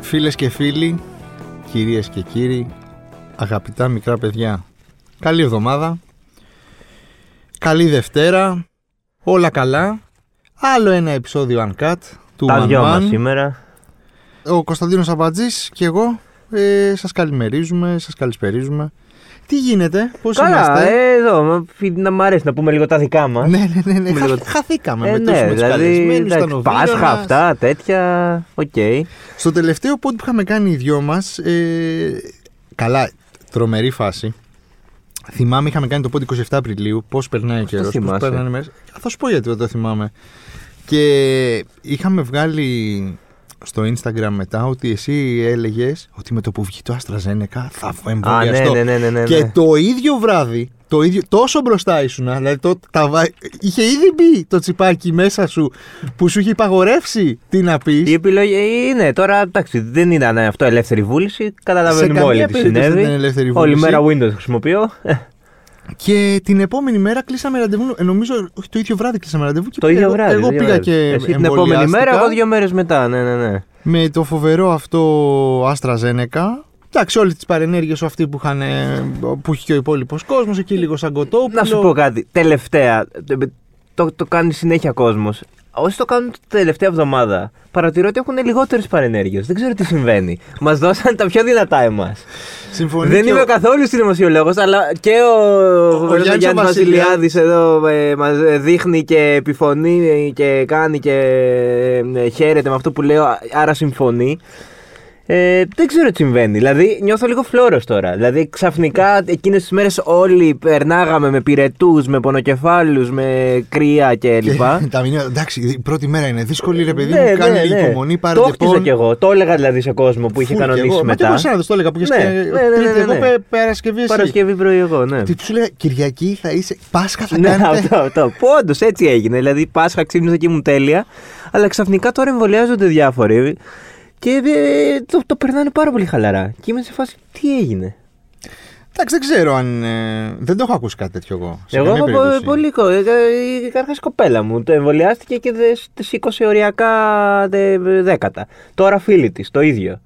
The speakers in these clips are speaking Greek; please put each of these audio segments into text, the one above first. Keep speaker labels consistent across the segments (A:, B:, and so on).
A: Φίλες και φίλοι, κυρίες και κύριοι, αγαπητά μικρά παιδιά, καλή εβδομάδα, καλή Δευτέρα, όλα καλά, άλλο ένα επεισόδιο Uncut του
B: Τα
A: One
B: δυο
A: Man.
B: μας σήμερα.
A: Ο Κωνσταντίνος Αμπατζής και εγώ ε, σας καλημερίζουμε, σας καλησπερίζουμε. Τι γίνεται, πώς
B: Καλά,
A: είμαστε.
B: ε, εδώ. μ, φι- Να μ' αρέσει να πούμε λίγο τα δικά μας.
A: Ναι, ναι, ναι, ναι.
B: Με
A: χα-
B: λίγο-
A: χαθήκαμε με τους,
B: ναι,
A: με τους
B: δηλαδή.
A: καλεσμένους,
B: εντάξει,
A: τον Οβίλιο
B: Πάσχα,
A: μας.
B: αυτά, τέτοια. Οκ.
A: Στο τελευταίο pod που είχαμε κάνει οι δυο μας. Ε, καλά, τρομερή φάση. Θυμάμαι, είχαμε κάνει το pod 27 Απριλίου. Πώς περνάει ο
B: Πώς το
A: καιρός, πώς
B: θυμάσαι?
A: περνάνε οι μέρες. Θα σου πω γιατί δεν το θυμάμαι. Και είχαμε βγάλει στο Instagram μετά ότι εσύ έλεγες ότι με το που βγει το AstraZeneca θα
B: Α, ναι,
A: εμβολιαστώ.
B: ναι, ναι, ναι, ναι.
A: Και
B: ναι.
A: το ίδιο βράδυ, το ίδιο, τόσο μπροστά ήσουν, δηλαδή το, τα, βα- είχε ήδη μπει το τσιπάκι μέσα σου που σου είχε υπαγορεύσει τι να πεις.
B: Η επιλογή είναι τώρα, εντάξει, δεν ήταν αυτό ελεύθερη βούληση. Καταλαβαίνουμε
A: καμία
B: όλοι τι
A: περίπτωση
B: συνέβη.
A: δεν ήταν ελεύθερη
B: Όλη
A: βούληση.
B: μέρα Windows χρησιμοποιώ. Ε,
A: Και την επόμενη μέρα κλείσαμε ραντεβού. ε, Νομίζω όχι, το ίδιο βράδυ κλείσαμε ραντεβού. Και
B: το
A: πήγα-
B: ίδιο βράδυ.
A: Εγώ
B: το ίδιο
A: πήγα
B: βράδυ.
A: και.
B: Εσύ την επόμενη
A: εμβολιάστηκα
B: μέρα, εγώ δύο μέρες μετά. Ναι, ναι, ναι.
A: Με το φοβερό αυτό AstraZeneca. Εντάξει, όλες τις παρενέργειες αυτή που, είχαν, ε, που είχε και ο υπόλοιπος κόσμος, εκεί λίγο σαν κοτόπουλο.
B: Να σου πω κάτι. Τελευταία. Το, το κάνει συνέχεια κόσμος. Όσοι το κάνουν την τελευταία εβδομάδα, παρατηρώ ότι έχουν λιγότερες παρενέργειες. Δεν ξέρω τι συμβαίνει. Μας δώσαν τα πιο δυνατά εμάς.
A: Συμφωνεί
B: Δεν
A: και
B: είμαι
A: ο-
B: καθόλου συνωμοσιολόγος, αλλά και ο, φοβερός
A: Γιάννης
B: Γιάννης
A: ο Βασιλιάδης.
B: Βασιλιάδης εδώ ε, μας δείχνει και επιφωνεί ε, και κάνει και ε, χαίρεται με αυτό που λέω, α- άρα συμφωνεί. Ε, δεν ξέρω τι συμβαίνει. Δηλαδή, νιώθω λίγο φλόρος τώρα. Δηλαδή, ξαφνικά εκείνες τις μέρες όλοι περνάγαμε με πυρετούς, με πονοκεφάλους, με κρύα
A: και-
B: κλπ.
A: τα μηνύματα. Εντάξει, η πρώτη μέρα είναι δύσκολη, ρε παιδί
B: Ναι,
A: μου. Κάνε
B: ναι,
A: λίγο
B: ναι.
A: υπομονή, πάρε
B: Το
A: τεπών.
B: χτίζα κι εγώ. Το έλεγα δηλαδή σε κόσμο που είχε
A: Φουλ κι
B: κανονίσει
A: εγώ. Μα και
B: μετά.
A: εγώ σαν να το έλεγα που είχες
B: Ναι, ναι, ναι, ναι, ναι, ναι.
A: Εγώ Παρασκευή. εσύ.
B: Παρασκευή πρωί εγώ, ναι.
A: Τι σου λέγα, Κυριακή θα είσαι. Πάσχα θα
B: Ναι,
A: κάνετε.
B: αυτό, αυτό. Που όντως έτσι έγινε. Δηλαδή, η Πάσχα ξύπνησα και ήμουν τέλεια. Αλλά ξαφνικά τώρα εμβολιάζονται διάφοροι. Και ε, το, το περνάνε πάρα πολύ χαλαρά. Και είμαι σε φάση, τι έγινε.
A: Εντάξει, δεν ξέρω αν. ε, δεν το έχω ακούσει κάτι τέτοιο εγώ. σε
B: Εγώ
A: καμία
B: έχω
A: περίπτωση.
B: πο- πολύ. κο- ε, ε, Καταρχάς, η κοπέλα μου το εμβολιάστηκε και δε σ- της σήκωσε οριακά δε- δέκατα. Τώρα φίλη της, το ίδιο.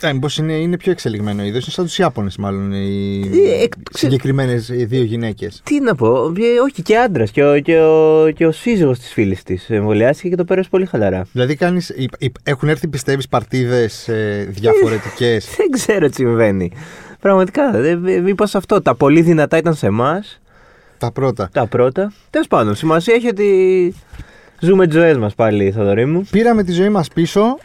A: Ε, μήπως είναι, είναι πιο εξελιγμένο είδος. Είναι σαν τους Ιάπωνες, μάλλον οι
B: Ε, εκ- ξε-
A: συγκεκριμένες δύο γυναίκες.
B: Τι να πω, ε, όχι και άντρας. Και ο, και ο, και ο σύζυγος της φίλης της εμβολιάστηκε και το πέρασε πολύ χαλαρά.
A: Δηλαδή, κάνεις, υ- υ- έχουν έρθει, πιστεύεις, παρτίδες ε, διαφορετικές.
B: Δεν ξέρω τι συμβαίνει. Πραγματικά. Μήπως αυτό. Τα πολύ δυνατά ήταν σε εμάς.
A: τα πρώτα.
B: Τα πρώτα. Τέλος πάντων, σημασία έχει ότι ζούμε τις ζωές μας πάλι, Θοδωρή μου.
A: Πήραμε τη ζωή μας πίσω.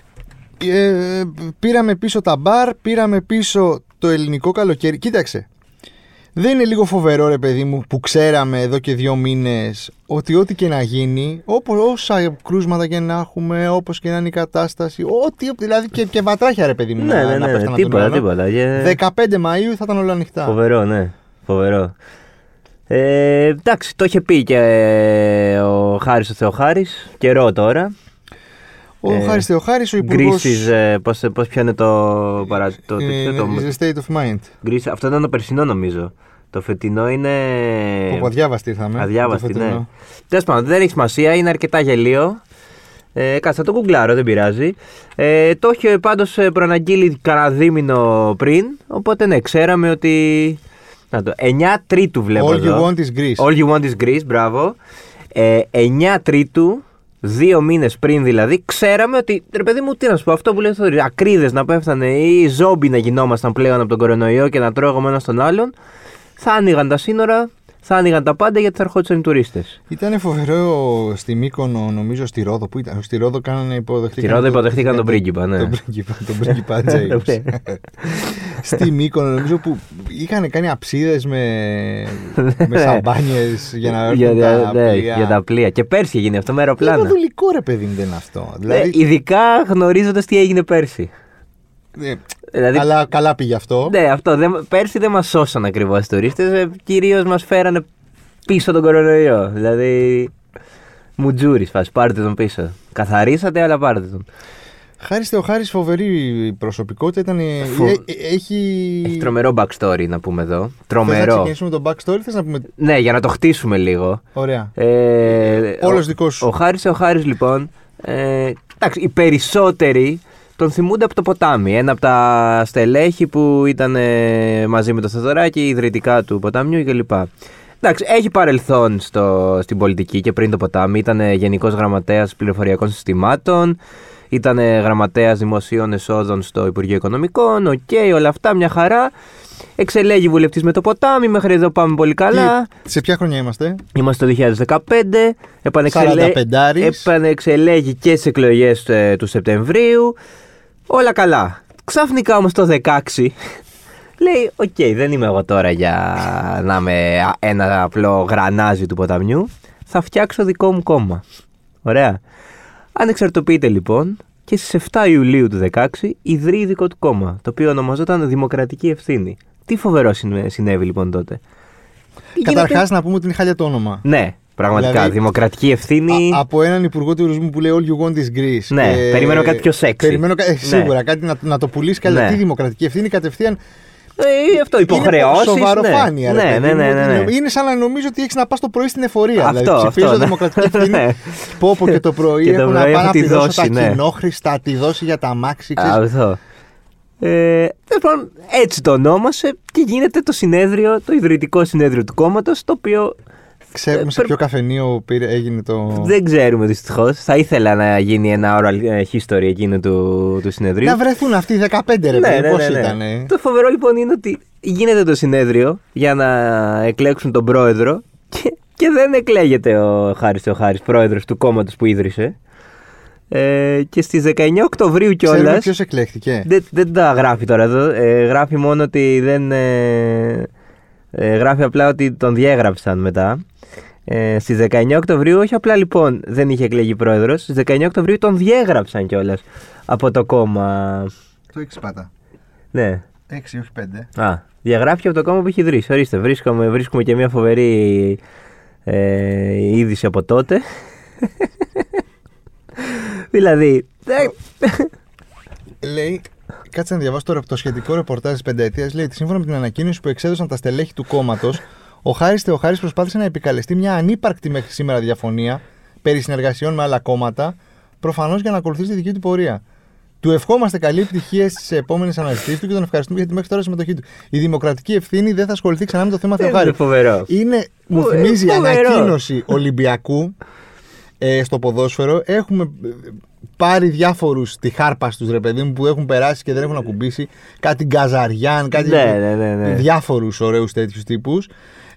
A: ε, πήραμε πίσω τα μπαρ, πήραμε πίσω το ελληνικό καλοκαίρι. Κοίταξε. Δεν είναι λίγο φοβερό, ρε παιδί μου, που ξέραμε εδώ και δύο μήνες ότι ό,τι και να γίνει, όπως, όσα κρούσματα και να έχουμε, όπως και να είναι η κατάσταση, ό,τι. Δηλαδή και, και βατράχια, ρε παιδί μου.
B: Ναι,
A: να,
B: ναι,
A: να
B: ναι.
A: πέφτανε απ' τον
B: τίποτα,
A: ουρανό.
B: τίποτα. Ε,
A: 15 Μαΐου θα ήταν όλα ανοιχτά.
B: Φοβερό, ναι. Φοβερό. Ε, εντάξει, το είχε πει και ε, ο Χάρης ο Θεοχάρης, καιρό τώρα.
A: Ο
B: Ε,
A: Χάρης Θεοχάρης, ο υπουργός
B: Γκρίσης, ε, πώς, πώς πιάνε το, παρά, το,
A: ε,
B: τέτοιο, το,
A: is a state of mind.
B: Greece. αυτό ήταν το περσινό νομίζω. Το φετινό είναι...
A: Όπου αδιάβαστη ήρθαμε.
B: Ε, Αδιάβαστη,
A: το
B: ναι.
A: φετινό.
B: Τέλος πάντων, δεν έχει σημασία, είναι αρκετά γελίο. Ε, κάτσε, θα το κουγκλάρω, δεν πειράζει. Ε, το είχε πάντω προαναγγείλει κανένα δίμηνο πριν, οπότε ναι, ξέραμε ότι. Να το, 9 Τρίτου βλέπω.
A: All you
B: εδώ.
A: want is Greece.
B: All you want is Greece, μπράβο. Ε, 9 Τρίτου, δύο μήνες πριν δηλαδή, ξέραμε ότι. Ρε παιδί μου, τι να σου πω, αυτό που λέει Θοδωρή, ακρίδες να πέφτανε ή ζόμπι να γινόμασταν πλέον από τον κορονοϊό και να τρώγαμε ένα τον άλλον. Θα άνοιγαν τα σύνορα, θα άνοιγαν τα πάντα γιατί θα ερχόντουσαν οι τουρίστες.
A: Ήταν φοβερό στη Μύκονο, νομίζω στη Ρόδο. Πού ήταν, στη Ρόδο κάνανε υποδεχτήκαν.
B: Στη Ρόδο
A: τον-
B: υποδεχτήκαν τον πρίγκιπα, ναι.
A: Τον πρίγκιπα, τον πρίγκιπα James. στη Μύκονο, νομίζω που είχαν κάνει αψίδες με, με σαμπάνιες για να
B: Ναι. για,
A: έρθουν τα
B: ναι,
A: πλοία.
B: για τα πλοία. Και πέρσι έγινε αυτό με αεροπλάνα.
A: Λίγο δουλικό ρε παιδί μου δεν είναι αυτό.
B: Ε,
A: Δηλαδή,
B: ειδικά γνωρίζοντας τι έγινε πέρσι.
A: ε,
B: Δηλαδή,
A: καλά, καλά πήγε αυτό.
B: ναι, αυτό. Δεν, πέρσι δεν μας σώσαν ακριβώς οι τουρίστες. Ε, Κυρίως μας φέρανε πίσω τον κορονοϊό. Δηλαδή. Μουτζούρις, φάση, πάρτε τον πίσω. Καθαρίσατε, αλλά πάρτε τον.
A: Χάρη Θεοχάρη, φοβερή προσωπικότητα. Ήταν, ε,
B: Φο-
A: ε, ε, έχει.
B: Έχει τρομερό backstory να πούμε εδώ.
A: Θες να
B: Τρομερό.
A: ξεκινήσουμε τον backstory, θες να πούμε.
B: Ναι, για να το χτίσουμε λίγο.
A: Ωραία.
B: Ε,
A: Όλος
B: ο-
A: δικός σου.
B: Ο Χάρης ο Χάρης λοιπόν. Ε, εντάξει, οι περισσότεροι τον θυμούνται από το ποτάμι. Ένα από τα στελέχη που ήταν ε, μαζί με το Θεοδωράκη, ιδρυτικά του ποταμιού κλπ. Εντάξει, έχει παρελθόν στο, στην πολιτική και πριν το ποτάμι. Ήταν Γενικός Γραμματέας Πληροφοριακών Συστημάτων. Ήταν Γραμματέας Δημοσίων Εσόδων στο Υπουργείο Οικονομικών. Οκ, όλα αυτά μια χαρά. Εξελέγει βουλευτής με το ποτάμι. Μέχρι εδώ πάμε πολύ καλά.
A: Τι- σε ποια χρονιά είμαστε,
B: Είμαστε το 2015. Επανεξελε...
A: 45.
B: Επανεξελέγει και στι εκλογέ του Σεπτεμβρίου. Όλα καλά. Ξαφνικά όμως το 16 λέει: Οκ, δεν είμαι εγώ τώρα για να είμαι α- ένα απλό γρανάζι του ποταμιού. Θα φτιάξω δικό μου κόμμα. Ωραία. Ανεξαρτοποιείται λοιπόν και στις 7 Ιουλίου του 16 ιδρύει δικό του κόμμα, το οποίο ονομαζόταν Δημοκρατική Ευθύνη. Τι φοβερό συνε- συνέβη λοιπόν τότε.
A: Καταρχάς,
B: Γίνεται-
A: να πούμε ότι είναι χάλια το όνομα.
B: Ναι, πραγματικά.
A: Δηλαδή-
B: δημοκρατική ευθύνη.
A: Α- από έναν υπουργό τουρισμού που λέει All you want is Greece. Ε,
B: Ναι, περιμένω κάτι πιο sexy.
A: Περιμένω κα- ε,
B: Ναι.
A: σίγουρα κάτι να, να το πουλήσει καλά.
B: Ναι.
A: Τι δημοκρατική ευθύνη κατευθείαν.
B: Ε, αυτό, υποχρεώσει.
A: Σοβαροφάνεια. ρε
B: Ναι,
A: παιδί
B: ναι, ναι,
A: μου,
B: ναι, ναι.
A: ότι Είναι σαν να νομίζω ότι έχεις να πας το πρωί στην εφορία.
B: Αυτό,
A: δηλαδή,
B: αυτό,
A: ψηφίζω
B: ναι.
A: δημοκρατική ευθύνη.
B: Ναι.
A: πω πω και το πρωί
B: Και το
A: έχω να
B: πρωί
A: πάω
B: έχω
A: να
B: τη
A: πληρώσω τα
B: δόση, ναι.
A: κοινόχρηστα, τη δόση για τα μάξι.
B: Αυτό. Ε, τέλος πάντων, έτσι το ονόμασε και γίνεται το συνέδριο, το ιδρυτικό συνέδριο του κόμματος, το οποίο
A: Ξέρουμε σε
B: πρέπει-
A: ποιο καφενείο πήρε- έγινε το.
B: δεν ξέρουμε δυστυχώς. Θα ήθελα να γίνει ένα oral ε, history εκείνο του, του συνεδρίου.
A: Να βρεθούν αυτοί οι 15 ρε
B: Ναι,
A: παιδί,
B: ναι,
A: πώς
B: ναι, ναι.
A: ήταν.
B: Το φοβερό λοιπόν είναι ότι γίνεται το συνέδριο για να εκλέξουν τον πρόεδρο και, και δεν εκλέγεται ο Χάρης ο Χάρης πρόεδρος του κόμματος που ίδρυσε. Ε, και στις 19 Οκτωβρίου
A: Ξέρουμε
B: κιόλας
A: ποιος εκλέχτηκε.
B: δεν, δεν τα γράφει τώρα εδώ. Ε, γράφει μόνο ότι δεν. Ε, ε, γράφει απλά ότι τον διέγραψαν μετά. Ε, Στις 19 Οκτωβρίου, όχι απλά λοιπόν δεν είχε εκλεγεί πρόεδρος, στις 19 Οκτωβρίου τον διέγραψαν κιόλας από το κόμμα.
A: Το 6 πάτα.
B: Ναι.
A: 6, όχι 5.
B: Α, διαγράφει από το κόμμα που έχει ιδρύσει. Ορίστε, βρίσκομαι, βρίσκουμε και μια φοβερή ε, είδηση από τότε. δηλαδή. ε,
A: λέει. Κάτσε να διαβάσω τώρα το σχετικό ρεπορτάζ της πενταετίας. Λέει ότι σύμφωνα με την ανακοίνωση που εξέδωσαν τα στελέχη του κόμματος, ο Χάρης Θεοχάρης προσπάθησε να επικαλεστεί μια ανύπαρκτη μέχρι σήμερα διαφωνία περί συνεργασιών με άλλα κόμματα, προφανώς για να ακολουθήσει τη δική του πορεία. Του ευχόμαστε καλή επιτυχία στις επόμενες αναζητήσεις του και τον ευχαριστούμε για τη μέχρι τώρα συμμετοχή του. Η δημοκρατική ευθύνη δεν θα ασχοληθεί ξανά με το θέμα
B: Είναι
A: Θεοχάρη.
B: φοβερό.
A: Είναι, μου
B: Φο-
A: θυμίζει
B: φοβερό.
A: ανακοίνωση Ολυμπιακού ε, στο ποδόσφαιρο. Έχουμε ε, πάρει διάφορους τη χάρπα τους ρε παιδί μου που έχουν περάσει και δεν έχουν ακουμπήσει. Κάτι Γκαζαριάν, κάτι.
B: Ναι, ναι, ναι, ναι.
A: Διάφορους ωραίους τέτοιους τύπους.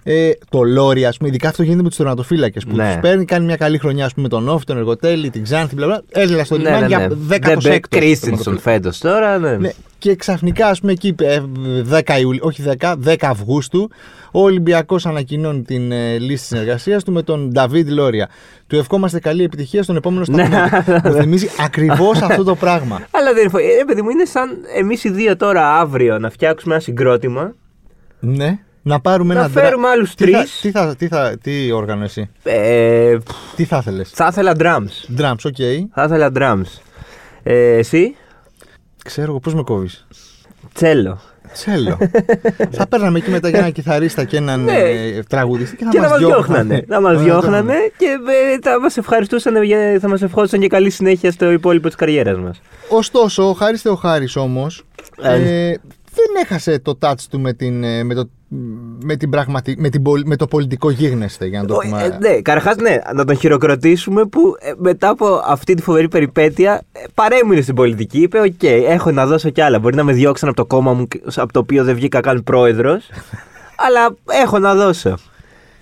A: Ε, το Λόρι, ας πούμε, ειδικά αυτό γίνεται με τους τερματοφύλακε που
B: Ναι.
A: τους παίρνει, κάνει μια καλή χρονιά, ας πούμε, τον Όφη, τον Εργοτέλη, την Ξάνθη, μπλα μπλα. Έλληνα στο λιμάνι για 16ο.
B: Ναι, Δεν μπε Κρίστινσον φέτος τώρα. Ναι.
A: Ναι. Και ξαφνικά, ας πούμε, εκεί ε, 10 Ιουλίου, όχι 10, 10 Αυγούστου, ο Ολυμπιακός ανακοινώνει την ε, λύση συνεργασίας του με τον Νταβίδ Λόρια. Του ευχόμαστε καλή επιτυχία στον επόμενο
B: Ναι,
A: σταθμό. του. Μου θυμίζει ακριβώς αυτό το πράγμα.
B: Αλλά δεν είναι. φο- Ε, παιδί μου, είναι σαν εμείς οι δύο τώρα αύριο να φτιάξουμε ένα συγκρότημα.
A: Ναι. Να πάρουμε
B: Να
A: ένα δρα-
B: φέρουμε άλλους
A: Τι θα-
B: τρεις.
A: Τι, θα, τι, θα, τι όργανο εσύ,
B: Ε, πφ,
A: τι θα ήθελε.
B: θα ήθελα drums.
A: Drums, οκ.
B: Θα ήθελα drums. Ε, εσύ,
A: Ξέρω εγώ πώς με κόβεις.
B: τσέλο.
A: Τσέλο. θα παίρναμε εκεί μετά για έναν κιθαρίστα και έναν
B: Ναι.
A: ε, τραγουδιστή και θα
B: Και να
A: μας
B: μας διώχνανε. Να μας
A: Ωραία,
B: διώχνανε και ε, θα μας ευχαριστούσαν, για- θα μας ευχόντουσαν και καλή συνέχεια στο υπόλοιπο της καριέρας μας.
A: Ωστόσο, ο Χάρης Θεοχάρης όμως
B: Ε.
A: ε, δεν έχασε το touch του με, την, ε, με, το, με, την πραγματι... με, την πολ- με το πολιτικό γίγνεσθε, για να το πούμε.
B: Ε, ναι, καταρχάς, ναι, να τον χειροκροτήσουμε που ε, μετά από αυτή τη φοβερή περιπέτεια ε, παρέμεινε στην πολιτική. Είπε: Οκ, έχω να δώσω κι άλλα. Μπορεί να με διώξαν από το κόμμα μου, και- από το οποίο δεν βγήκα καν πρόεδρος, αλλά έχω να δώσω.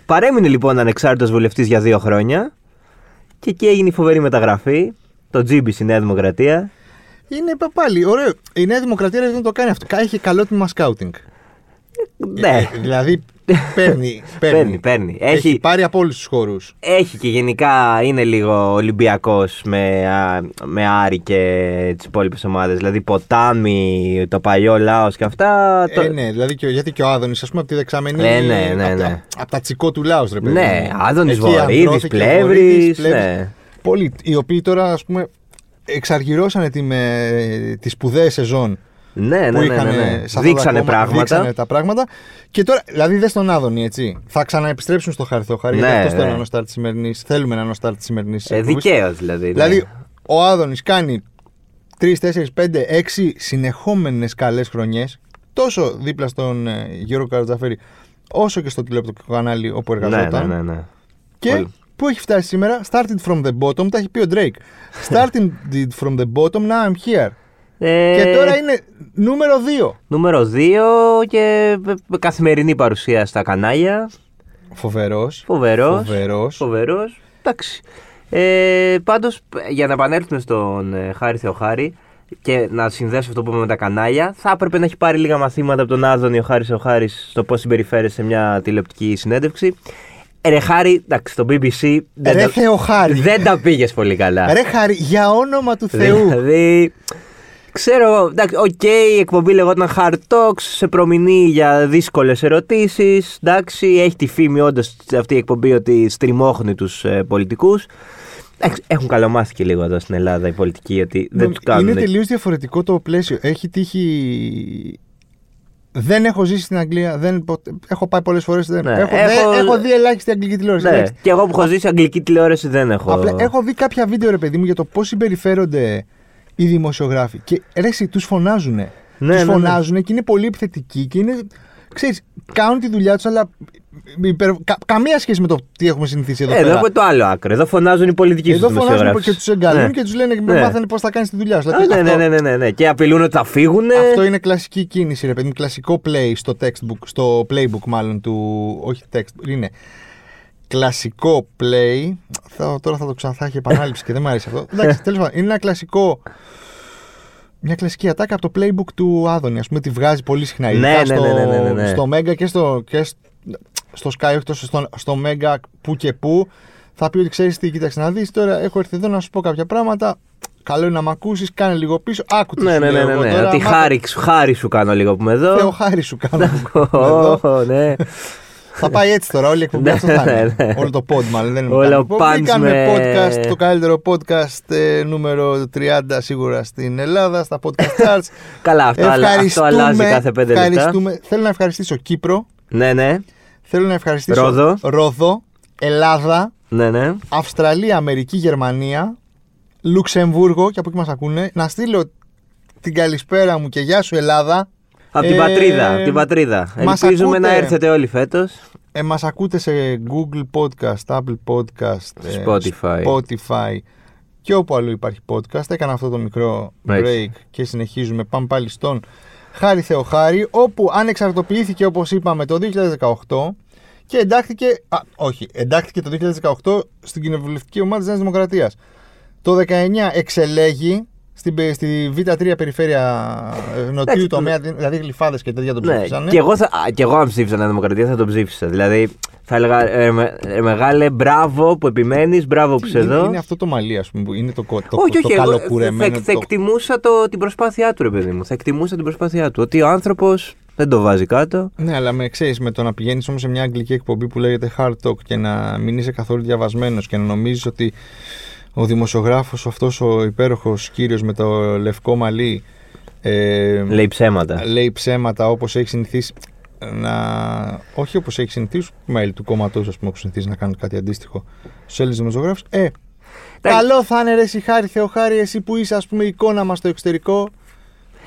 B: Παρέμεινε λοιπόν ανεξάρτητος βουλευτής για δύο χρόνια και εκεί έγινε η φοβερή μεταγραφή. Το Τζίμπι στη Νέα Δημοκρατία.
A: Είναι πα- πάλι ωραίο. Η Νέα Δημοκρατία ρε, δεν το κάνει αυτό. Κα- Έχει καλό τμήμα σκάουτινγκ.
B: Ναι,
A: Ε, δηλαδή παίρνει. παίρνει.
B: παίρνει, παίρνει.
A: Έχει...
B: Έχει,
A: πάρει από όλους τους χώρους.
B: Έχει και γενικά είναι λίγο Ολυμπιακός με, α, με Άρη και τις υπόλοιπες ομάδες. Δηλαδή ποτάμι, το παλιό Λάος και αυτά. Το...
A: Ε, ναι, δηλαδή και, ο- γιατί και ο Άδωνης, ας πούμε, από τη δεξαμενή.
B: Ε, ναι, ναι,
A: από, τα-
B: ναι.
A: απ' τα τσικό του λαού, ρε παιδί.
B: Ναι,
A: μου.
B: Άδωνης,
A: Εκεί
B: Βορύδης,
A: ανδρώθηκε,
B: Πλεύρης,
A: Βορύδης, Πλεύρης.
B: ναι.
A: Πολλοί, οι οποίοι τώρα, ας πούμε, εξαργυρώσανε τη, με, τη σπουδαία σεζόν
B: ναι, ναι,
A: που
B: ναι,
A: είχαν
B: ναι, ναι.
A: σε αυτά τα
B: Δείξανε
A: κόμματα,
B: πράγματα. Ε,
A: δείξανε τα πράγματα. Και τώρα, δηλαδή, δες τον Άδωνη, έτσι. Θα ξαναεπιστρέψουν στο Χαριθοχάρι.
B: Ναι,
A: γιατί αυτό
B: ναι.
A: θέλει ένα στάρ της σημερινής. Θέλουμε ένα στάρ της σημερινής.
B: Ναι. Ε, δικαίως δηλαδή. ναι.
A: Δηλαδή, ο Άδωνης κάνει 3, 4, 5, 6 συνεχόμενες καλές χρονιές, τόσο δίπλα στον ε, Γιώργο Καρατζαφέρη, όσο και στο τηλεοπτικό κανάλι όπου
B: Ναι,
A: εργαζόταν.
B: ναι, ναι. ναι.
A: Και
B: Πολύ.
A: πού έχει φτάσει σήμερα, started from the bottom, τα έχει πει ο Drake. Started from the bottom, now I'm here.
B: Ε,
A: Και τώρα είναι νούμερο 2.
B: Νούμερο 2 και ε, ε, καθημερινή παρουσία στα κανάλια.
A: Φοβερός.
B: Φοβερός.
A: Φοβερός.
B: Φοβερός. Εντάξει. Ε, Πάντως, για να επανέλθουμε στον ε, Χάρη Θεοχάρη και να συνδέσω αυτό που είπαμε με τα κανάλια, θα έπρεπε να έχει πάρει λίγα μαθήματα από τον Άδωνη ο Χάρης Θεοχάρης στο πώς συμπεριφέρεσαι σε μια τηλεοπτική συνέντευξη. Ε, Ρε Χάρη, εντάξει, το BBC δεν,
A: Ρε
B: τα-
A: Θεοχάρη.
B: δεν τα πήγες πολύ καλά.
A: Ρε Χάρη, για όνομα του Θεού.
B: Δηλαδή, ξέρω εγώ, εντάξει, οκ, η εκπομπή λεγόταν Hard Talks, σε προμηνεί για δύσκολες ερωτήσεις. Εντάξει, έχει τη φήμη όντως αυτή η εκπομπή ότι στριμώχνει τους ε, πολιτικούς. Έχουν καλομάθει και λίγο εδώ στην Ελλάδα οι πολιτικοί ότι δεν τους κάνουν.
A: Είναι τελείως διαφορετικό το πλαίσιο. Έχει τύχει. Δεν έχω ζήσει στην Αγγλία. Δεν... ποτέ- Έχω πάει πολλές φορές. Δεν...
B: Ναι,
A: έχω...
B: έχω-
A: Δεν... έχω δει ελάχιστη αγγλική τηλεόραση.
B: ναι.
A: ελάχιστη.
B: Και εγώ που έχω ζήσει αγγλική τηλεόραση δεν έχω.
A: Απλά έχω δει κάποια βίντεο, ρε παιδί μου, για το πώς συμπεριφέρονται οι δημοσιογράφοι. Και ρε, εσύ, τους φωνάζουν.
B: Ναι, ναι,
A: τους
B: ναι.
A: φωνάζουν και είναι πολύ επιθετικοί και είναι. Ξέρεις, κάνουν τη δουλειά τους, αλλά υπερ- κα- καμία σχέση με το τι έχουμε συνηθίσει εδώ,
B: Ε, εδώ
A: πέρα.
B: έχουμε το άλλο άκρο. Εδώ φωνάζουν οι πολιτικοί
A: Εδώ
B: στους
A: φωνάζουν και
B: δημοσιογράφους.
A: τους εγκαλούν
B: Ναι.
A: και τους λένε
B: Ναι.
A: μάθανε πώς θα κάνεις τη δουλειά σου.
B: Α,
A: Δηλαδή,
B: ναι, ναι,
A: αυτό-
B: ναι, ναι, ναι, ναι. Και απειλούν ότι θα φύγουν.
A: Αυτό είναι κλασική κίνηση, ρε παιδί μου. Κλασικό play στο textbook, στο playbook μάλλον του. Όχι textbook, είναι. Κλασικό play. Θα, τώρα θα το ξανά, θα έχει επανάληψη και δεν μου αρέσει αυτό. Εντάξει, τέλος πάντων. Είναι ένα κλασικό. Μια κλασική ατάκα από το playbook του Άδωνη, ας πούμε, τη βγάζει πολύ συχνά. ειδικά
B: Ναι, ναι,
A: στο,
B: ναι, ναι, ναι, ναι, ναι.
A: στο Mega και στο, και σ- στο Sky, όχι τόσο στο, στο Mega που και που. Θα πει ότι ξέρεις τι, κοίταξε να δεις. Τώρα έχω έρθει εδώ να σου πω κάποια πράγματα. Καλό είναι να με ακούσεις, κάνε λίγο πίσω. Άκου τι
B: Ναι,
A: σου
B: ναι, ναι,
A: λέω
B: ναι,
A: εγώ
B: ναι.
A: τώρα,
B: Ότι
A: μάθε-
B: χάρη, σου- χάρη σου κάνω λίγο που είμαι εδώ.
A: Θεό χάρη σου κάνω. Εδώ.
B: Ω, ναι.
A: θα πάει έτσι τώρα όλη η εκπομπή.
B: Ναι,
A: αυτό θα
B: ναι,
A: είναι.
B: ναι.
A: Όλο το pod μάλλον δεν είναι
B: Όλο
A: μεγάλη
B: ο
A: εκπομπή.
B: punch
A: Κάνουμε
B: με-
A: podcast, το καλύτερο podcast ε, νούμερο 30 σίγουρα στην Ελλάδα, στα podcast charts.
B: Καλά, αυτό, αλλά- αυτό
A: Ευχαριστούμε,
B: αλλάζει κάθε πέντε λεπτά.
A: ευχαριστούμε. Θέλω να ευχαριστήσω Κύπρο,
B: Ναι, ναι,
A: θέλω να ευχαριστήσω
B: Ρόδο.
A: Ρόδο, Ελλάδα,
B: ναι, ναι.
A: Αυστραλία, Αμερική, Γερμανία, Λουξεμβούργο και από εκεί μας ακούνε. Να στείλω την καλησπέρα μου και γεια σου Ελλάδα.
B: Από την
A: Ε,
B: πατρίδα, από την πατρίδα.
A: μας
B: Ελπίζουμε να
A: ακούτε.
B: έρθετε όλοι φέτος.
A: Ε, μας ακούτε σε Google Podcast, Apple Podcast, ε,
B: Spotify.
A: Spotify και όπου αλλού υπάρχει podcast. Έκανα αυτό το μικρό break
B: Έτσι.
A: και συνεχίζουμε. Πάμε πάλι στον Χάρη Θεοχάρη, όπου ανεξαρτοποιήθηκε όπως είπαμε το 2018 και εντάχθηκε, α, όχι, εντάχθηκε το 2018 στην κοινοβουλευτική ομάδα της Νέας Δημοκρατίας. Το 19 εξελέγει στην, πε- στη Β3 περιφέρεια ε, νοτιού
B: Εντάξει,
A: τομέα, δηλαδή γλυφάδες και τέτοια τον
B: Ναι,
A: ψήφισανε.
B: και εγώ, θα, α, κι εγώ αν ψήφισα Νέα Δημοκρατία θα τον ψήφισα. Δηλαδή, θα έλεγα ε, με- ε, μεγάλε μπράβο που επιμένεις, μπράβο που είσαι
A: είναι,
B: εδώ.
A: είναι αυτό το μαλλί, ας πούμε, που είναι το, κο- το,
B: όχι,
A: το
B: όχι, εγώ θα,
A: καλοκουρεμένο.
B: εκ- θα
A: το-
B: εκτιμούσα το, την προσπάθειά του, ρε παιδί μου. Θα εκτιμούσα την προσπάθειά του. Ότι ο άνθρωπος δεν το βάζει κάτω.
A: Ναι, αλλά με ξέρεις, με το να πηγαίνεις όμως σε μια αγγλική εκπομπή που λέγεται Hard Talk και να μην είσαι καθόλου διαβασμένος και να νομίζεις ότι ο δημοσιογράφος, αυτός ο υπέροχος κύριος με το λευκό μαλλί, ε,
B: Λέει ψέματα.
A: λέει ψέματα όπως έχει συνηθίσει. Να... Όχι όπως έχει συνηθίσει μέλη του κόμματός, ας πούμε, που συνηθίζει να κάνουν κάτι αντίστοιχο στους Έλληνες δημοσιογράφους. Ε, καλό θα είναι ρε εσύ, χάρη, Θεοχάρη, εσύ που είσαι, ας πούμε, η εικόνα μας στο εξωτερικό.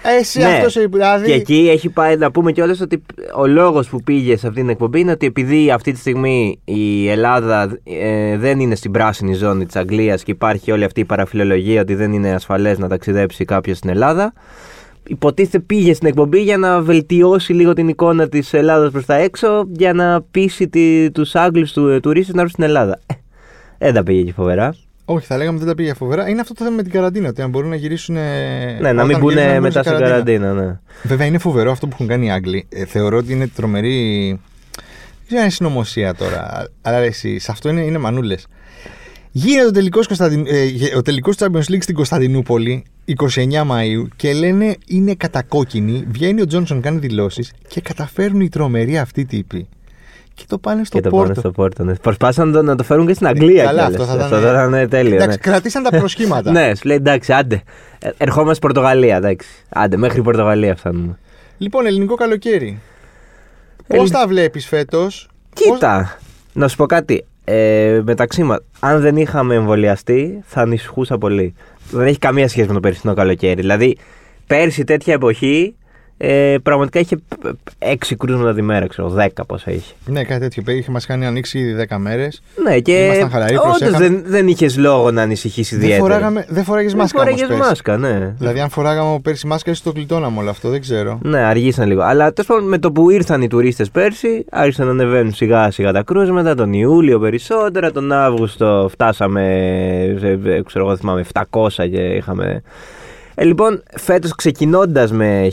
A: Ε, Εσύ
B: Ναι.
A: αυτός σε δηλαδή,
B: Και εκεί έχει πάει να πούμε κιόλας ότι ο λόγος που πήγε σε αυτή την εκπομπή είναι ότι επειδή αυτή τη στιγμή η Ελλάδα ε, δεν είναι στην πράσινη ζώνη της Αγγλίας και υπάρχει όλη αυτή η παραφιλολογία ότι δεν είναι ασφαλές να ταξιδέψει κάποιος στην Ελλάδα, υποτίθεται πήγε στην εκπομπή για να βελτιώσει λίγο την εικόνα της Ελλάδας προς τα έξω για να πείσει τους Άγγλους του, τουρίστες να έρθουν στην Ελλάδα. Ε, Δεν τα πήγε και φοβερά.
A: Όχι, θα λέγαμε δεν τα πήγε φοβερά. Είναι αυτό το θέμα με την καραντίνα. Ότι αν μπορούν να γυρίσουν. ε,
B: ναι, να μην μπουν μετά στην καραντίνα. Ναι.
A: Βέβαια, είναι φοβερό αυτό που έχουν κάνει οι Άγγλοι. Ε, θεωρώ ότι είναι τρομερή. Δεν ξέρω αν είναι συνωμοσία τώρα. Αλλά ρε, εσύ, σε αυτό είναι, είναι μανούλες. Γίνεται ο τελικός ε, ο τελικός του Champions League στην Κωνσταντινούπολη 29 Μαου και λένε είναι κατακόκκινη. Βγαίνει ο Τζόνσον, κάνει δηλώσεις και καταφέρνουν οι τρομεροί αυτοί τύποι. Και το πάνε στο
B: και το πάνε
A: πόρτο.
B: στο πόρτο. Ναι. Προσπάθησαν να το, να το φέρουν και στην Αγγλία.
A: Καλά,
B: κιόλας.
A: αυτό θα ήταν- ε,
B: θα ήταν ναι, τέλειο.
A: Εντάξει, κρατήσαν τα
B: ναι.
A: προσχήματα.
B: ναι, σου λέει εντάξει, άντε. Ε, Ερχόμαστε Πορτογαλία, εντάξει. Άντε, μέχρι Πορτογαλία φτάνουμε.
A: Λοιπόν, ελληνικό καλοκαίρι. Πώ
B: Ελλην-
A: τα βλέπεις φέτος,
B: Κοίτα, να σου πω κάτι. Ε, μεταξύ μας, αν δεν είχαμε εμβολιαστεί, θα ανησυχούσα πολύ. Δεν έχει καμία σχέση με το περσινό καλοκαίρι. Δηλαδή, πέρσι τέτοια εποχή, ε, πραγματικά είχε 6 κρούσματα τη μέρα, ξέρω, 10 πόσα είχε.
A: Ναι, κάτι τέτοιο. Είχε μας κάνει ανοίξει ήδη 10 μέρες.
B: Ναι, και
A: Ήμασταν χαλαροί,
B: όντω
A: προσέχαμε.
B: δεν, δεν είχες λόγο να ανησυχήσει
A: Δεν,
B: ιδιαίτερα.
A: φοράγαμε- δεν φοράγες
B: Δεν
A: μάσκα. όμως
B: Ε, φοράγες
A: πέρσι.
B: μάσκα, ναι.
A: Δηλαδή, αν φοράγαμε πέρσι μάσκα, ίσω το κλειτώναμε όλο αυτό. Δεν ξέρω.
B: Ναι, αργήσαν λίγο. Αλλά τέλος πάντων με το που ήρθαν οι τουρίστες πέρσι, άρχισαν να ανεβαίνουν σιγά σιγά τα κρούσματα. Τον Ιούλιο περισσότερα, τον Αύγουστο φτάσαμε, ε, ε, ξέρω εγώ, θυμάμαι 700 και είχαμε. Ε, λοιπόν, φέτος ξεκινώντας με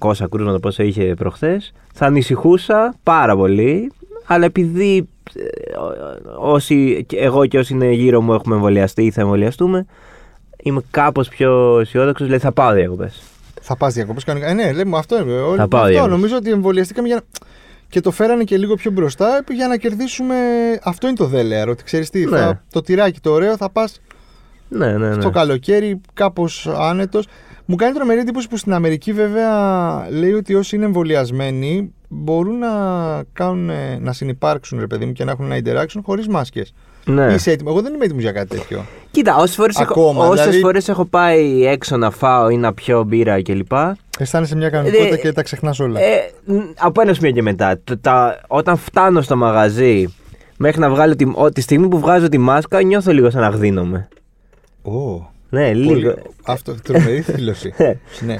B: 1900 κρούσματα, πόσο είχε προχθές, θα ανησυχούσα πάρα πολύ. Αλλά επειδή ε, ό- όσοι, και εγώ και όσοι είναι γύρω μου έχουμε εμβολιαστεί ή θα εμβολιαστούμε, είμαι κάπως πιο αισιόδοξος, δηλαδή θα πάω διακοπές.
A: Θα πας διακοπές κανονικά. Ε, ναι, λέμε αυτό. ε, όλοι-
B: Θα πάω
A: αυτό
B: διακοπές.
A: νομίζω ότι εμβολιαστήκαμε για να. Και το φέρανε και λίγο πιο μπροστά για να κερδίσουμε. Αυτό είναι το δέλεαρο. Ότι ξέρεις τι,
B: Ναι.
A: θα- το τυράκι το ωραίο θα πας
B: Ναι, ναι, ναι.
A: στο καλοκαίρι κάπως άνετος. Μου κάνει τρομερή εντύπωση που στην Αμερική βέβαια λέει ότι όσοι είναι εμβολιασμένοι μπορούν να, κάνουν, ε, να συνεπάρξουν ρε παιδί μου και να έχουν ένα interaction χωρίς μάσκες.
B: Ναι.
A: Είσαι έτοιμος. Εγώ δεν είμαι έτοιμος για κάτι τέτοιο.
B: Κοίτα, όσες φορές έχω,
A: Ακόμα,
B: όσες
A: δηλαδή-
B: φορές έχω πάει έξω να φάω ή να πιω μπύρα κλπ.
A: Αισθάνεσαι μια κανονικότητα
B: Ε,
A: και τα ξεχνάς όλα.
B: Ε, ν- από ένα σημείο και μετά. Το- τα, όταν φτάνω στο μαγαζί μέχρι να βγάλω τη, ό, τη στιγμή που βγάζω τη μάσκα, νιώθω λίγο σαν να γδίνομαι.
A: Ω,
B: Ναι,
A: πολύ-
B: λίγο.
A: Αυτό τρομερή θύλωση. ναι.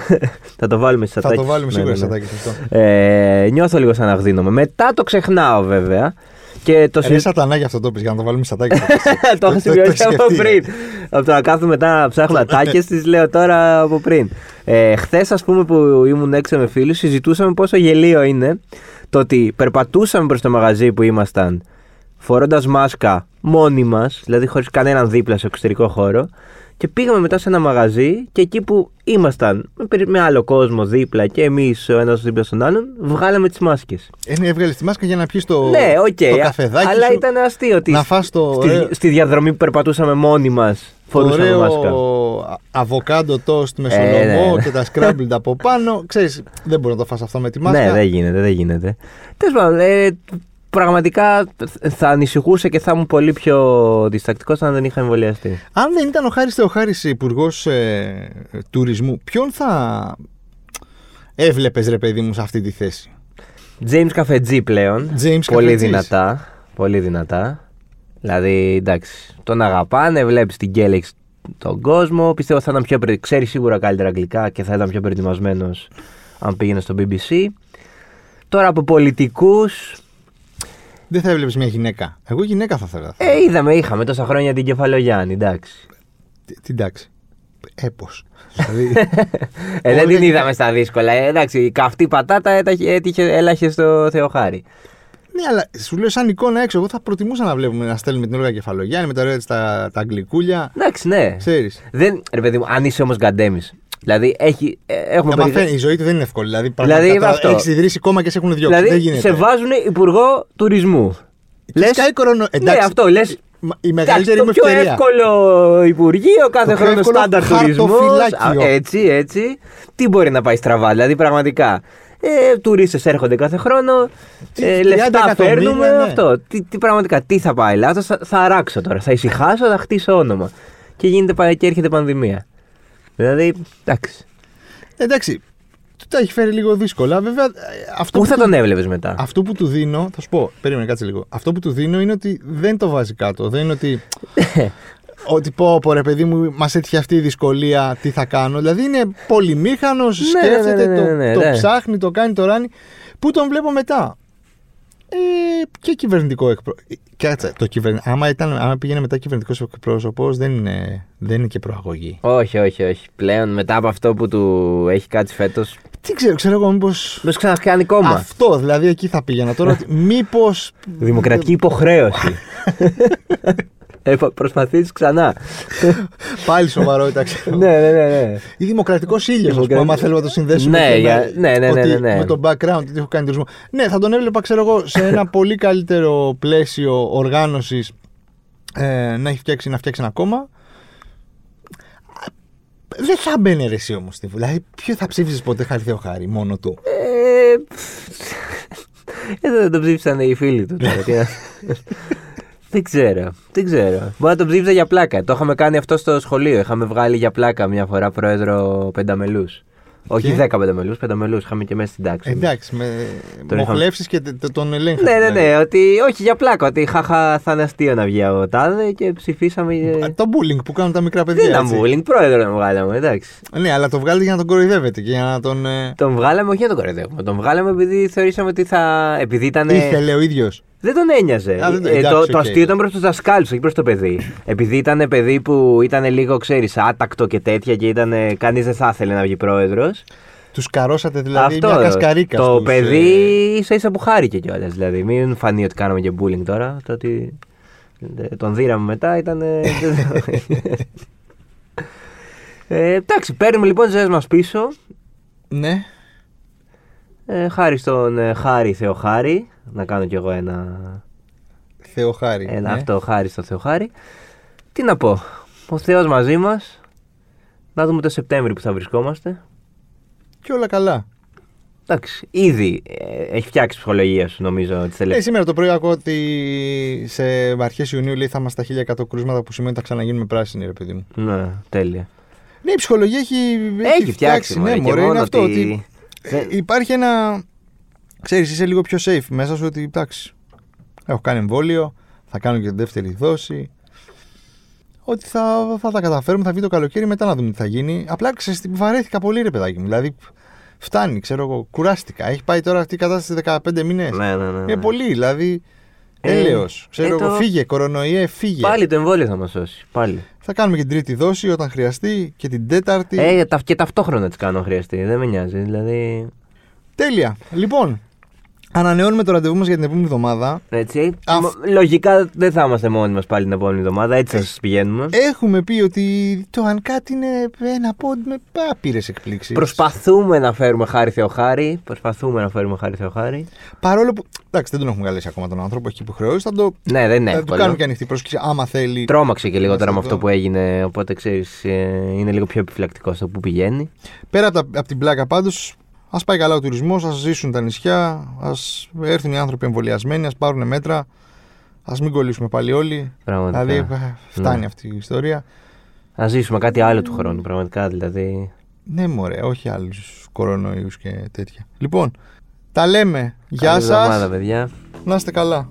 B: Θα το βάλουμε στι
A: Θα το βάλουμε σίγουρα σε σατάκι αυτό.
B: ναι, Ε, νιώθω λίγο σαν να γδίνομαι. Μετά το ξεχνάω βέβαια. Και το, συ-
A: Ε, Ρε σατανά για αυτό το πεις για να το βάλουμε σατάκι.
B: το έχω Ναι.
A: Το- το-
B: σημειώσει
A: το
B: από
A: σκεφτεί.
B: πριν. Από το να κάθομαι μετά να ψάχνω ατάκες, τις λέω τώρα από πριν. Ε, Χθες, ας πούμε, που ήμουν έξω με φίλους, συζητούσαμε πόσο γελίο είναι το ότι περπατούσαμε προς το μαγαζί που ήμασταν φορώντας μάσκα μόνοι μας, δηλαδή χωρίς κανέναν δίπλα σε εξωτερικό χώρο. Και πήγαμε μετά σε ένα μαγαζί και εκεί που ήμασταν με περι- με άλλο κόσμο δίπλα και εμείς ο ένας δίπλα στον άλλον, βγάλαμε τις μάσκες.
A: Ε, ναι, έβγαλες τη μάσκα για να πιεις το,
B: Ναι, οκ.
A: το
B: α-
A: καφεδάκι
B: Αλλά
A: σου,
B: ήταν αστείο ότι
A: να φας το,
B: στη,
A: ωραίο-
B: στη διαδρομή που περπατούσαμε μόνοι μας,
A: το
B: φορούσαμε
A: ωραίο
B: μάσκα.
A: α- αβοκάντο τόστ με
B: Ε, ναι,
A: σολομό
B: ναι.
A: και τα σκράμπλιντα από πάνω. Ξέρεις, δεν μπορεί να το φας αυτό με τη μάσκα.
B: Ναι, δεν γίνεται, δεν γίνεται. Τέλος πάντων, ε, πραγματικά θα ανησυχούσα και θα ήμουν πολύ πιο διστακτικός αν δεν είχα εμβολιαστεί.
A: Αν δεν ήταν ο Χάρης Θεοχάρης υπουργός ε, τουρισμού, ποιον θα έβλεπες ρε παιδί μου σε αυτή τη θέση.
B: James Καφετζή πλέον.
A: James
B: πολύ
A: Καφετζής.
B: δυνατά. Πολύ δυνατά. Δηλαδή, εντάξει, τον αγαπάνε, βλέπεις την Κέλεξ τον κόσμο. Πιστεύω θα ήταν πιο. πρε- ξέρει σίγουρα καλύτερα αγγλικά και θα ήταν πιο προετοιμασμένος αν πήγαινε στο BBC. Τώρα από πολιτικούς.
A: Δεν θα έβλεπες μια γυναίκα. Εγώ γυναίκα θα ήθελα.
B: Ε, είδαμε, είχαμε τόσα χρόνια την Κεφαλογιάννη, εντάξει.
A: Τι- Την τάξη. Έπος. Δηλαδή,
B: Ε, δεν
A: Όλο
B: την
A: και-
B: είδαμε στα δύσκολα. Ε, εντάξει, η καυτή πατάτα έταχε- έτυχε, έλαχε στο Θεοχάρη.
A: ναι, αλλά σου λέω σαν εικόνα έξω. Εγώ θα προτιμούσα να βλέπουμε να στέλνουμε την Όλγα Κεφαλογιάννη με τα ωραία της τα, τα αγγλικούλια.
B: Εντάξει, ναι.
A: Ξέρεις.
B: Δεν, ρε παιδί μου, αν είσαι όμως γκαντέμι. Δηλαδή, έχει, ε, έχουμε
A: Να μαθαίνει,
B: περι-
A: η ζωή του δεν είναι εύκολη. Δηλαδή,
B: Δηλαδή,
A: πραγματικά
B: αυτό.
A: δηλαδή, έχεις ιδρύσει κόμμα και σε έχουν διώξει. δεν
B: Δηλαδή,
A: γίνεται.
B: σε βάζουν υπουργό τουρισμού.
A: Και σκάει κορονο-
B: Ναι,
A: εντάξει.
B: αυτό λες.
A: Μα- Η μεγαλύτερη
B: το
A: μου
B: πιο
A: ευκαιρία.
B: εύκολο υπουργείο, κάθε
A: Το πιο
B: χρόνο
A: εύκολο
B: στάνταρ τουρισμός.
A: χαρτοφυλάκιο.
B: Έτσι, έτσι. Τι μπορεί να πάει στραβά, δηλαδή πραγματικά. Ε, Τουρίστες έρχονται κάθε χρόνο.
A: Τι,
B: ε,
A: 30
B: λεφτά
A: εκατομμύρια,
B: φέρνουμε.
A: ναι.
B: Αυτό. Τι, τι, πραγματικά, τι θα πάει. Λάθος, θα, θα αράξω τώρα. Θα ησυχάσω, θα χτίσω όνομα. Και, γίνεται, πα- και έρχεται πανδημία. Δηλαδή, εντάξει.
A: Εντάξει, του τα έχει φέρει λίγο δύσκολα. Βέβαια, ε, αυτό
B: Πού θα
A: του-
B: τον έβλεπες μετά.
A: Αυτό που του δίνω, θα σου πω, περίμενε κάτσε λίγο. Αυτό που του δίνω είναι ότι δεν το βάζει κάτω. Δεν είναι ότι. ότι πω, πω ρε παιδί μου, μας έτυχε αυτή η δυσκολία, τι θα κάνω. Δηλαδή είναι πολυμήχανος,
B: ναι, ναι,
A: σκέφτεται,
B: ναι,
A: το-
B: ναι, ναι,
A: το,
B: ναι.
A: ψάχνει, το κάνει, το ράνει. Πού τον βλέπω μετά. Ε, και κυβερνητικό εκπρόσωπο. Κάτσε, το κυβερν... άμα, ήταν, άμα πήγαινε μετά κυβερνητικός εκπρόσωπος, δεν είναι, δεν είναι και προαγωγή.
B: Όχι, όχι, όχι. Πλέον μετά από αυτό που του έχει κάτσει φέτος.
A: Τι ξέρω, ξέρω εγώ μήπως.
B: Μήπως ξανακάνει κόμμα.
A: Αυτό, δηλαδή εκεί θα πήγαινα τώρα. Μήπως.
B: Δημοκρατική υποχρέωση. ε, προσπαθείς ξανά.
A: Πάλι σοβαρότητα, ξέρω.
B: ναι, ναι, ναι. ναι.
A: ή δημοκρατικός ήλιος, ας πούμε,
B: Δημοκρατικός.
A: άμα θέλουμε να το συνδέσουμε.
B: Ναι,
A: και με-
B: για- ναι, ναι, ναι,
A: ότι
B: ναι, ναι.
A: Με τον background, ότι έχω κάνει τουρισμό. Ναι, θα τον έβλεπα, ξέρω εγώ, σε ένα πολύ καλύτερο πλαίσιο οργάνωσης ε, να έχει φτιάξει, να φτιάξει ένα κόμμα. Δεν θα μπαίνει ρε εσύ όμως. Δηλαδή, ποιο θα ψήφισε ποτέ χάρη Θεοχάρη, μόνο του.
B: Ε, πφ, ε, δεν το ψήφισαν οι φίλοι του. τώρα, τι να- Δεν ξέρω. Δεν ξέρω. Μπορεί να τον ψήφιζα για πλάκα. Το είχαμε κάνει αυτό στο σχολείο. Είχαμε βγάλει για πλάκα μια φορά πρόεδρο πενταμελούς. Όχι δέκα πενταμελούς, πενταμελούς. Είχαμε και μέσα στην τάξη.
A: Ε, Εντάξει, με
B: Τον
A: μοχλεύσεις και τε- τε- τον δηλαδή. ελέγχει.
B: Ναι, ναι, ναι. Ότι όχι για πλάκα. Ότι χαχα θα είναι αστείο να βγει ο τάδε και ψηφίσαμε. ε,
A: Το bullying που κάνουν τα μικρά παιδιά.
B: Δεν ήταν
A: έτσι.
B: bullying, πρόεδρο να βγάλαμε, εντάξει.
A: Ναι, αλλά το βγάλετε για να τον κοροϊδεύετε και για να τον. ε,
B: Τον βγάλαμε όχι για να τον κοροϊδεύουμε. Τον βγάλαμε επειδή θεωρήσαμε ότι θα. Επειδή ήταν.
A: Ήθελε ο ίδιος.
B: Δεν τον ένοιαζε.
A: Α, δεν το-
B: Ε, το,
A: εντάξει,
B: το
A: οκ.
B: αστείο ήταν προς τους δασκάλους, όχι προς το παιδί. Επειδή ήταν παιδί που ήταν λίγο, ξέρεις, άτακτο και τέτοια και ήταν. Κανείς δεν θα ήθελε να βγει πρόεδρος.
A: Τους καρώσατε δηλαδή μια κασκαρίκα.
B: Το
A: στους,
B: παιδί
A: ε,
B: ίσα ίσα που χάρηκε κιόλας. Δηλαδή, μην φανεί ότι κάναμε και bullying τώρα. Το ότι ε, τον δίραμε μετά ήταν. ε, ε, εντάξει, παίρνουμε λοιπόν τις ζωές μας πίσω.
A: Ναι.
B: Ε, χάρη στον ε, Χάρη Θεοχάρη. Να κάνω κι εγώ ένα
A: Θεοχάρη.
B: Ένα
A: ναι.
B: αυτό χάρη στο Θεό χάρη. Τι να πω. Ο Θεός μαζί μας. Να δούμε το Σεπτέμβριο που θα βρισκόμαστε.
A: Και όλα καλά.
B: Εντάξει, ήδη ε, έχει φτιάξει η ψυχολογία σου νομίζω τις
A: Ε,
B: τελευταίες.
A: σήμερα το πρωί ακούω ότι σε αρχές Ιουνίου λέει θα είμαστε στα 1100 κρούσματα που σημαίνει ότι θα ξαναγίνουμε πράσινοι, ρε παιδί μου.
B: Ναι, τέλεια.
A: Ναι, η ψυχολογία έχει,
B: Έχει φτιάξει,
A: ναι,
B: μωρέ, και
A: μωρέ,
B: μόνο
A: είναι αυτό.
B: ότι-
A: Ότι...
B: Δεν-
A: ε, Υπάρχει ένα. Ξέρεις, είσαι λίγο πιο safe μέσα σου ότι εντάξει. Έχω κάνει εμβόλιο, θα κάνω και τη δεύτερη δόση. Ότι θα, θα τα καταφέρουμε, θα βγει το καλοκαίρι, μετά να δούμε τι θα γίνει. Απλά ξέρεις, τι, βαρέθηκα πολύ, ρε παιδάκι μου. Δηλαδή, φτάνει, ξέρω εγώ, κουράστηκα. Έχει πάει τώρα αυτή η κατάσταση 15 μήνες.
B: Ναι, ναι, ναι, ναι.
A: Είναι πολύ, δηλαδή.
B: Ε,
A: Έλεος. Ξέρω
B: ε,
A: εγώ,
B: το-
A: φύγε, κορονοϊέ, φύγε.
B: Πάλι το εμβόλιο θα μας σώσει. Πάλι.
A: Θα κάνουμε και την τρίτη δόση όταν χρειαστεί και την τέταρτη.
B: Ε, τα- και ταυτόχρονα τις κάνω αν χρειαστεί. Δεν με νοιάζει. Δηλαδή.
A: Τέλεια. Λοιπόν, ανανεώνουμε το ραντεβού μας για την επόμενη εβδομάδα.
B: Έτσι.
A: Αφ-
B: μ- Λογικά δεν θα είμαστε μόνοι μας πάλι την επόμενη εβδομάδα. Έτσι θα σας πηγαίνουμε.
A: Έχουμε πει ότι το αν κάτι είναι ένα πόντ με άπειρες εκπλήξεις.
B: Προσπαθούμε να φέρουμε χάρη Θεοχάρη. Προσπαθούμε να φέρουμε χάρη Θεοχάρη.
A: Παρόλο που. Εντάξει, δεν τον έχουμε καλέσει ακόμα τον άνθρωπο, έχει υποχρεώσει. Θα, το...
B: Ναι, δεν είναι
A: θα του
B: εύκολο.
A: Ε, κάνουμε και ανοιχτή πρόσκληση άμα θέλει.
B: Τρώμαξε και λίγο
A: Είμαστε
B: τώρα με
A: εδώ.
B: αυτό που έγινε, οπότε ξέρεις, είναι λίγο πιο επιφυλακτικό στο που πηγαίνει.
A: Πέρα από, τα- από την πλάκα πάντως, ας πάει καλά ο τουρισμός, ας ζήσουν τα νησιά, ας έρθουν οι άνθρωποι εμβολιασμένοι, ας πάρουν μέτρα, ας μην κολλήσουμε πάλι όλοι.
B: Πραγματικά.
A: Δηλαδή, ε, φτάνει
B: Ναι.
A: αυτή η ιστορία.
B: Να ζήσουμε κάτι άλλο του χρόνου, πραγματικά δηλαδή.
A: Ναι, μωρέ, όχι άλλους κορονοϊούς και τέτοια. Λοιπόν, τα λέμε. Γεια
B: Καλή εβδομάδα,
A: σα.
B: παιδιά.
A: Να είστε καλά.